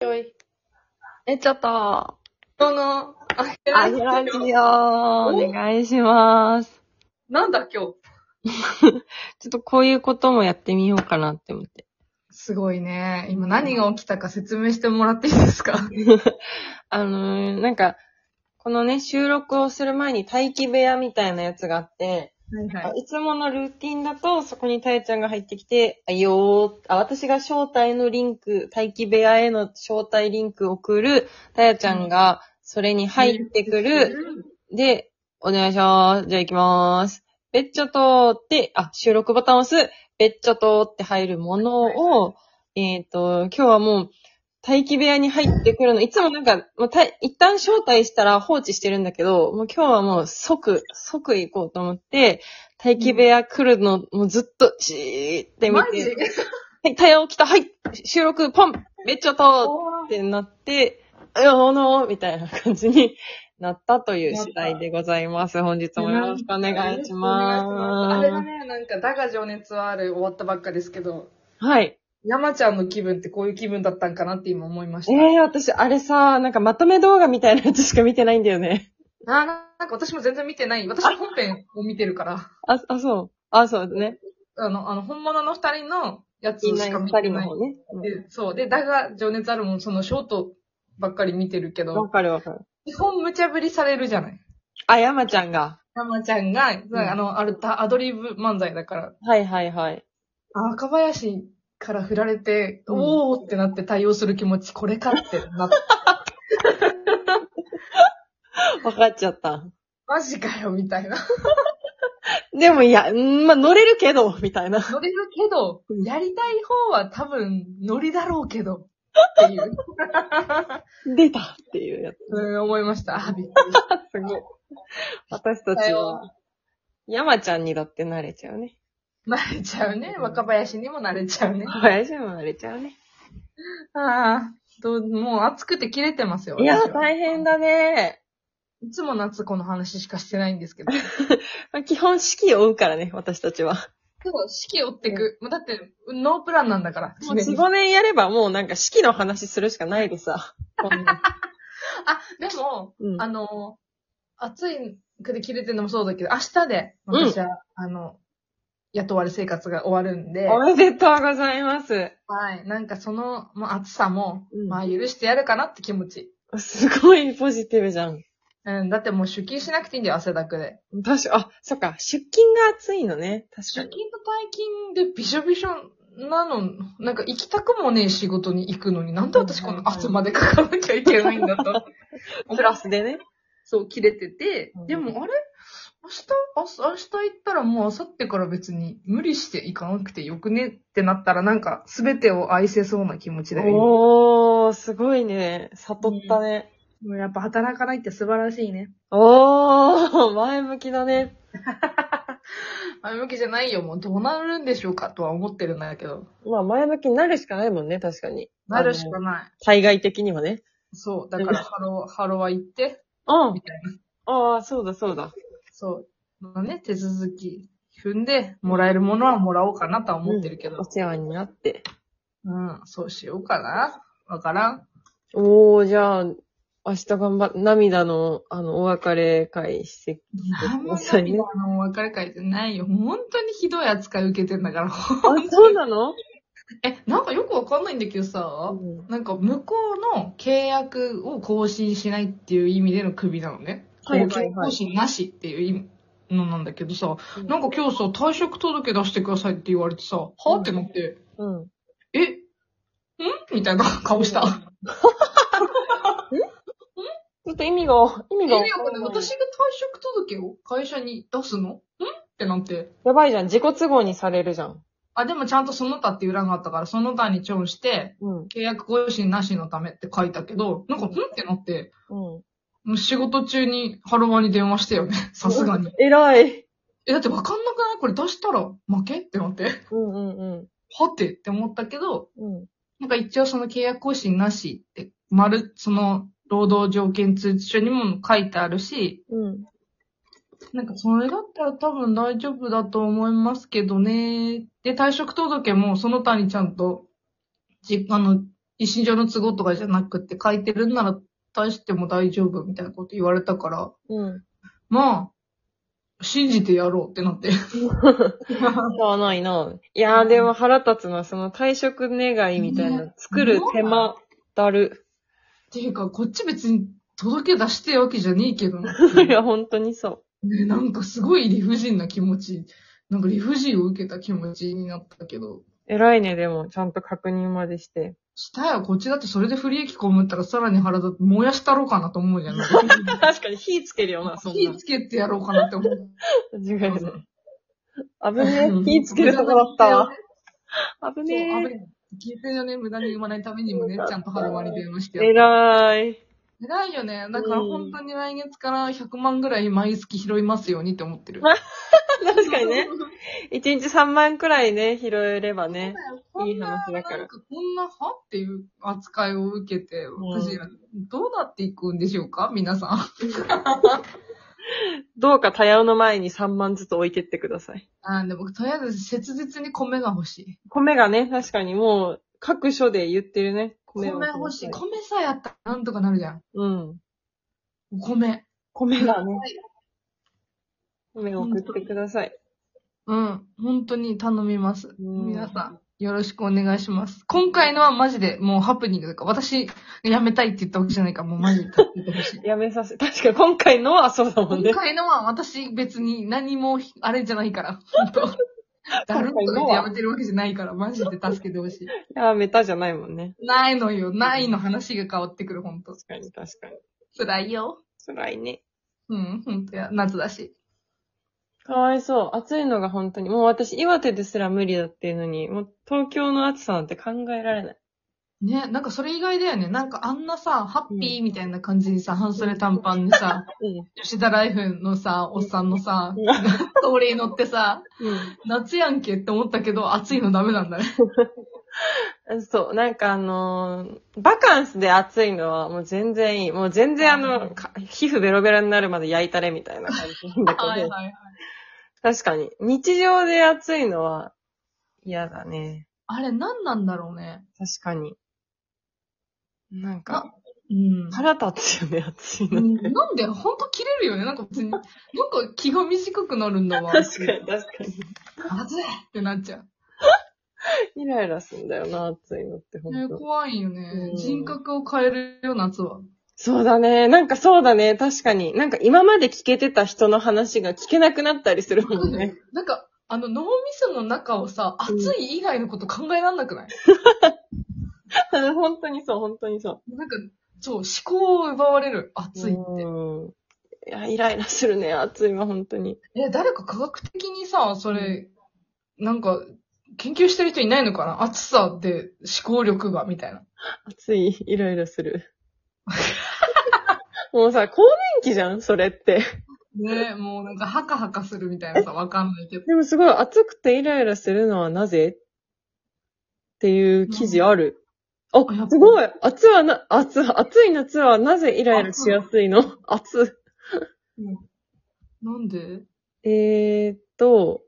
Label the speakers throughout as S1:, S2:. S1: よい。
S2: え、ちょっと、あ
S1: この、あげら
S2: げ
S1: れ
S2: ラ
S1: る
S2: ジオお願いします。
S1: なんだ今日。
S2: ちょっとこういうこともやってみようかなって思って。
S1: すごいね。今何が起きたか説明してもらっていいですか
S2: あのー、なんか、このね、収録をする前に待機部屋みたいなやつがあって、
S1: はいはい。
S2: い、つものルーティンだと、そこにたえちゃんが入ってきて、あ、よー、あ、私が招待のリンク、待機部屋への招待リンクを送る、たやちゃんがそれに入ってくる、で、お願いします。じゃあ行きまーす。べっちょとーって、あ、収録ボタンを押す。べっちょとーって入るものを、えっ、と、今日はもう、待機部屋に入ってくるの。いつもなんか、もうた一旦招待したら放置してるんだけど、もう今日はもう即、即行こうと思って、待機部屋来るの、もうずっと、じーって見
S1: マジ
S2: て、はい、対応来た、はい、収録、ポンべっちょとーってなって、あのー、みたいな感じになったという次第でござい ます。本日もよろしくお願いし
S1: あ
S2: ま
S1: れだ
S2: す。
S1: ね、なんか、だが情熱はある終わったばっかですけど、
S2: はい。
S1: 山ちゃんの気分ってこういう気分だったんかなって今思いまし
S2: え
S1: た。
S2: えー、私、あれさ、なんかまとめ動画みたいなやつしか見てないんだよね。
S1: あー、なんか私も全然見てない。私は本編を見てるから、
S2: あ、あ、そう。あ、そうね。
S1: あの、あの、本物の二人のやつ
S2: いな
S1: し
S2: い
S1: か
S2: 二
S1: 見て
S2: 人の
S1: ない
S2: 方。ね。
S1: でそう。で、だが情熱あるもん、そのショートばっかり見てるけ
S2: うんわ
S1: ど、
S2: かるわかる。
S1: 基本無茶ぶりされるじゃない。
S2: あ、山ちゃんが。
S1: 山ちゃんが、あの、あるアドリブ漫才だから、
S2: はいはいはい。
S1: あ若林から振られて、
S2: うん
S1: おーってなって対応する気持ち、これかってな って、
S2: わかっちゃった。
S1: マジかよ、みたい な。
S2: でもいや、うんまあ、乗れるけど、みたいな。
S1: 乗れるけど、やりたい方は多分乗りだろうけど、って いう、
S2: 出たっていうやつ。
S1: うん、思いました。あ、びっくりした。すごい。
S2: 私た
S1: だ
S2: ち
S1: よ
S2: は、山ちゃんにだって慣れちゃうね。
S1: 慣れちゃうね。若林にも慣れちゃうね。
S2: 林も慣れちゃうね。
S1: ああ、どうもう暑くて切れてますよ。
S2: いや、
S1: 私は
S2: 大変だね。
S1: いつも夏子の話しかしてないんですけ ど。
S2: まあ基本、指揮を追うからね、私たちは。
S1: でも、式を追ってく。もうだって、ノープランなんだから。
S2: もう4、5年やればもうなんか指揮の話するしかないでさ。こん
S1: あ、
S2: な
S1: でも、
S2: うん
S1: あの、暑いくて切れてるのもそうだけど、明日で、私は、あの、雇われ生活が終わるんで、
S2: お
S1: は
S2: めでとうございます。
S1: い。なんかその、まあ、暑さも、
S2: うん
S1: まあ、許してやるかなって気持ち。
S2: すごいポジティブじゃん。
S1: うん、だってもう出勤しなくていいんだよ、汗だくで。
S2: 確か、あ、そっか、出勤が暑いのね。確か
S1: 出
S2: に。
S1: 勤と退勤でびしょびしょなの、なんか行きたくもねえ仕事に行くのに、なんで私この汗までかかなきゃいけないんだと。
S2: プラスでね。
S1: そう、切れてて
S2: うん、
S1: でもあれ明日、あす明日行ったらもう明後日から別に無理して行かなくてよくねってなったらなんか全てを愛せそうな気持ちだよ。
S2: おー、すごいね。悟ったね。
S1: もうやっぱ働かないって素晴らしいね。
S2: おー、前向きだね。
S1: 前向きじゃないよ、もうどうなるんでしょうかとは思ってるんだけど。
S2: まあ、前向きになるしかないもんね、確かに。
S1: なるしかない。
S2: 対外的にはね。
S1: そう、だからハロー、ハロワ行って、
S2: うん
S1: み。たいな。
S2: ああ、そうだ、そうだ。
S1: そう。まあね、手続き踏んで、もらえるものはもらおうかなとは思ってるけ
S2: お
S1: ど。
S2: 世話になって。
S1: うん、そうしようかな。わからん。
S2: おー、じゃあ、明日頑張っ、涙の、あの、お別れ 会して。
S1: なんも涙のお別れ会ってないよ。本当にひどい扱い受けてんだから。
S2: あ、そうなの、
S1: え、なんかよくわかんないんだけどさ、なんか向こうの契約を更新しないっていう意味でのクビなのね。
S2: はいはいはい
S1: 更新なしっていう意味のなんだけどさ、
S2: うん
S1: なんか今日さ、退職届出してくださいって言われてさ、はぁってなって、
S2: うん。
S1: えんみたいな顔した。
S2: ちょっと意味が、意味
S1: 意
S2: が。
S1: 味わかんない。私が退職届を会社に出すのんってなって。
S2: やばいじゃん。自己都合にされるじゃん。
S1: あ、でもちゃんとその他っていう欄があったから、その他にチョンして、
S2: うん。
S1: 契約更新なしのためって書いたけど、なんか、ふんってなって、
S2: うん。
S1: もう仕事中にハロワに電話したよね。さすがに。
S2: 偉い。
S1: え、だってわかんなくないこれ出したら負けってなって。
S2: うんうんうん。
S1: はてって思ったけど、
S2: うん。
S1: なんか一応その契約更新なしって、丸、その、労働条件通知書にも書いてあるし、
S2: うん。
S1: なんかそれだったら多分大丈夫だと思いますけどね。で、退職届もその他にちゃんと、じ、あの、一身上の都合とかじゃなくて書いてるんなら出しても大丈夫みたいなこと言われたから、
S2: うん。
S1: まあ、信じてやろうってなって。
S2: 使わないな。いやーでも腹立つな、その退職願いみたいな、作る手間、だる。
S1: っていうか、こっち別に届け出してるわけじゃねえけどな。
S2: いや、本当にそ
S1: ね、なんかすごい理不尽な気持ち、なんか理不尽を受けた気持ちになったけど、
S2: う。偉いね、でも、ちゃんと確認までして。
S1: したやこっちだってそれで不利益被ったらさらに腹立って燃やしたろうかなと思うじゃん。
S2: 確かに火つけるよな、そん
S1: 火
S2: な。
S1: つけてやろうかなって思う。
S2: 違う
S1: そう
S2: よ。危ねえ、火つけるとこだったわ。危
S1: そう、
S2: ね
S1: 危ない犠牲をね、無駄に生まないためにもね、ちゃんと腹割り電話してや
S2: え。
S1: る。
S2: 偉い。
S1: 偉いよね。だから本当に来月から100万ぐらい毎月拾いますようにって思ってる。
S2: 確かに ね。一日3万くらいね、拾えればね。
S1: こ
S2: いい
S1: んな、
S2: 話だから
S1: なんかこんな、はっていう扱いを受けて、私ら、どうなっていくんでしょうか皆さん。
S2: どうか多様の前に3万ずつ置いてってください。
S1: あーでも、とりあえず切実に米が欲しい。
S2: 米がね、確かにもう、各所で言ってるね。
S1: 米
S2: を
S1: 欲しい。米さえあったらなんとかなるじゃん。
S2: うん。
S1: お米。
S2: 米がね。米を送ってください。
S1: うん。本当に頼みます。
S2: うん。
S1: 皆さん、よろしくお願いします。今回のはマジでもうハプニングだから、私が辞めたいって言ったわけじゃないから、もうマジで助けてほ しい
S2: やめさせ、確か今回のはそうだもんね
S1: 今。回のは私別に何もあれじゃないから、本当だるっと言ってやめてるわけじゃないから、マジで助けてほしい。
S2: やめたじゃないもんね。
S1: ないのよ、ないの話が変わってくる、本当
S2: 確かに確かに。
S1: 辛いよ。
S2: 辛いね。
S1: うん、本当や、夏だし。
S2: かわいそう。暑いのが本当に。もう私、岩手ですら無理だっていうのに、もう東京の暑さなんて考えられない。
S1: ね、なんかそれ以外だよね。なんかあんなさ、ハッピーみたいな感じにさ、半袖短パンに さ、
S2: う
S1: 吉田ライフのさ、おっさんのさ、
S2: ん。
S1: 通りに乗ってさ、
S2: う
S1: 夏やんけって思ったけど、暑いのダメなんだ ね。
S2: ん。そう、なんかあのーバカンスで暑いのはもう全然いい。もう全然あの、か皮膚ベロベロになるまで焼いたれみたいな感じなんだけど。
S1: はいはいはい。
S2: 確かに。日常で暑いのは嫌だね。
S1: あれ何なんだろうね。
S2: 確かに。なんか、
S1: うん。
S2: 腹立つよね、暑いの。
S1: うんなんで、ほんと切れるよね。なんか別に、なんか気が短くなるんだわ。
S2: 確かに、確か
S1: 暑いってなっちゃう。
S2: に。イライラするんだよな、暑いのって、本
S1: ね、
S2: 当
S1: 怖いよね
S2: う。ん
S1: 人格を変えるよ、夏は。
S2: そうだね。なんかそうだね。確かに。なんか今まで聞けてた人の話が聞けなくなったりするもんね。
S1: なんか、あの、脳みその中をさ、
S2: うん
S1: 暑い以外のこと考えらんなくない、
S2: 本当にそう、本当にそ
S1: なんか、そう、思考を奪われる、
S2: う。
S1: 暑いって。
S2: うん。いや、イライラするね、暑いは、本当に。
S1: え、誰か科学的にさ、それ、なんか、研究してる人いないのかな暑さで思考力が、みたいな。
S2: 暑い、イライラす る。もうさ、更年期じゃん、それって。
S1: ねもうなんか、ハカハカするみたいなさ、わかんないけど。
S2: でもすごい暑くてイライラするのはなぜっていう記事ある。
S1: あやっ
S2: あ、
S1: ぱ
S2: すごい暑はな、暑、暑い夏はなぜイライラしやすいの暑。
S1: なんで、
S2: えーっと、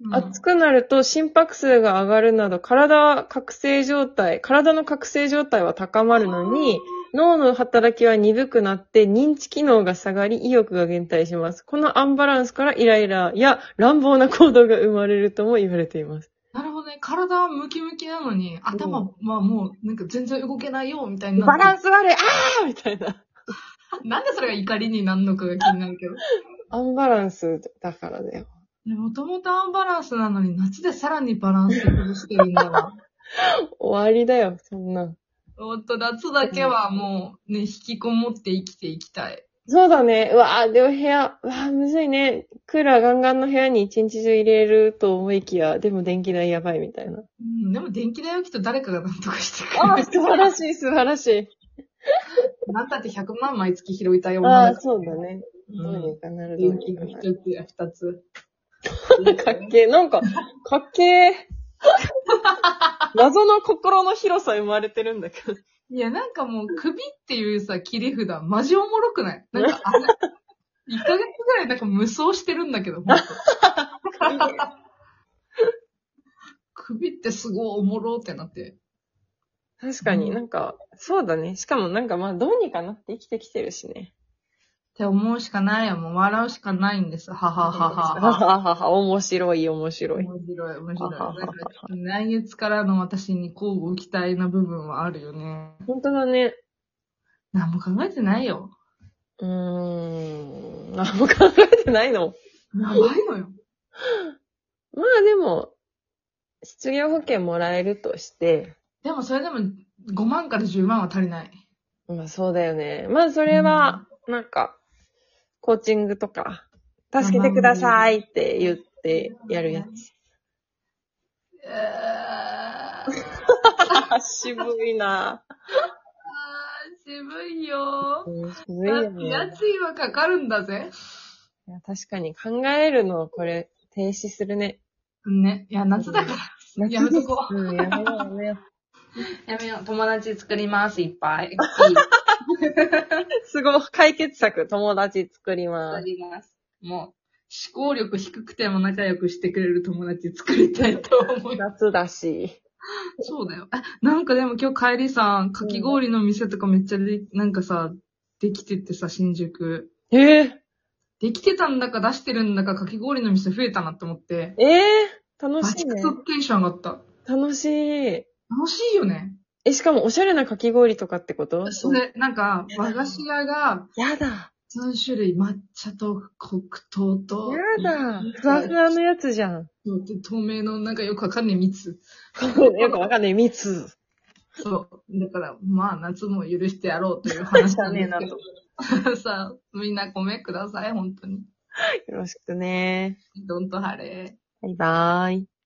S1: うん
S2: 暑くなると心拍数が上がるなど、体は覚醒状態、体の覚醒状態は高まるのに、脳の働きは鈍くなって認知機能が下がり意欲が減退します。このアンバランスからイライラや乱暴な行動が生まれるとも言われています。
S1: なるほどね。体はムキムキなのに、頭
S2: うん
S1: はもう、なんか全然動けないよ、みたいになって
S2: バランス悪いあーみたいな。
S1: なんでそれが怒りになんのかが気になるけど。
S2: アンバランスだからだよ。
S1: もともとアンバランスなのに、夏でさらにバランス崩してるんだわ。
S2: 終わりだよ、そんなん。
S1: ほんと、夏だけはもう、ね、引きこもって生きていきたい。
S2: そうだね。うわーでも部屋、うわーむずいね。クーラーガンガンの部屋に一日中入れると思いきや、でも電気代やばいみたいな。
S1: うん、でも電気代はきっと誰かがなんとかしてく
S2: あ
S1: れ
S2: ー
S1: る。
S2: 素晴らしい、素晴らしい。
S1: なんだって100万毎月拾いたい
S2: あ
S1: 女
S2: あ、
S1: の子。
S2: そうだね。どう
S1: う
S2: にかなる
S1: ん。
S2: どう
S1: 電気
S2: にか
S1: が
S2: な
S1: 一
S2: る。
S1: つや二つ。
S2: かっけえ、なんか、かっけえ。 謎の心の広さ生まれてるんだけど。
S1: いや、なんかもう首っていうさ、切り札、マジおもろくないなんか、あ れ、1ヶ月ぐらいなんか無双してるんだけど、ほんと首ってすごいおもろってなって。
S2: 確かに
S1: うん
S2: なんか、そうだね。しかもなんかまあどうにかなって生きてきてるしね。
S1: て思うしかないよ。もう笑うしかないんです。ははは
S2: は
S1: はは。
S2: ははは面白い、面白い。
S1: 面白い、面
S2: は
S1: 白い。
S2: ははは
S1: なんか来月からの私に交互期待な部分はあるよね。
S2: 本当だね。
S1: 何も考えてないよ。
S2: うーん。何も考えてないの。
S1: やばいのよ。
S2: まあでも、失業保険もらえるとして、
S1: でもそれでも5万から10万は足りない。
S2: まあそうだよね。まあそれは、なんか、コーチングとか、助けてくださいって言ってやるや つ。
S1: えー、
S2: 渋いな
S1: 渋いよ
S2: うん渋い
S1: だ
S2: よ
S1: って
S2: ね。
S1: 家賃はかかるんだぜ。
S2: いや確かに考えるの、これ、停止するね。
S1: ね。いや、夏だから。やめとこ
S2: うん、やめようね。
S1: やめよう。友達作ります、いっぱ い。
S2: すごい、解決策、友達作りま
S1: 作
S2: す。
S1: ります。もう、思考力低くても仲良くしてくれる友達作りたいと思いま
S2: 夏だし。
S1: す。そうだよ。あ、なんかでも今日帰りさ、かき氷の店とかめっちゃで、なんかさ、できてってさ、新宿。
S2: えー、
S1: できてたんだか出してるんだかかき氷の店増えたなって思って。
S2: えー、楽
S1: バ
S2: し
S1: チ
S2: いね
S1: ク。ソテンション上がった。
S2: 楽しい。
S1: 楽しいよね。
S2: え、しかもおしゃれなかき氷とかってこと
S1: それ、なんか、和菓子屋が、
S2: やだ。
S1: 3種類、抹茶と黒糖と、
S2: やだ。ふわふわのやつじゃ ん。
S1: で透明のなんかよくわかんない蜜。
S2: よくわかんない。蜜。
S1: そう。だから、まあ、夏も許してやろうという話なんです けど。 さあ、みんなごめんください、本当に。
S2: よろしくね。
S1: どんと晴れ。
S2: バイバーイ。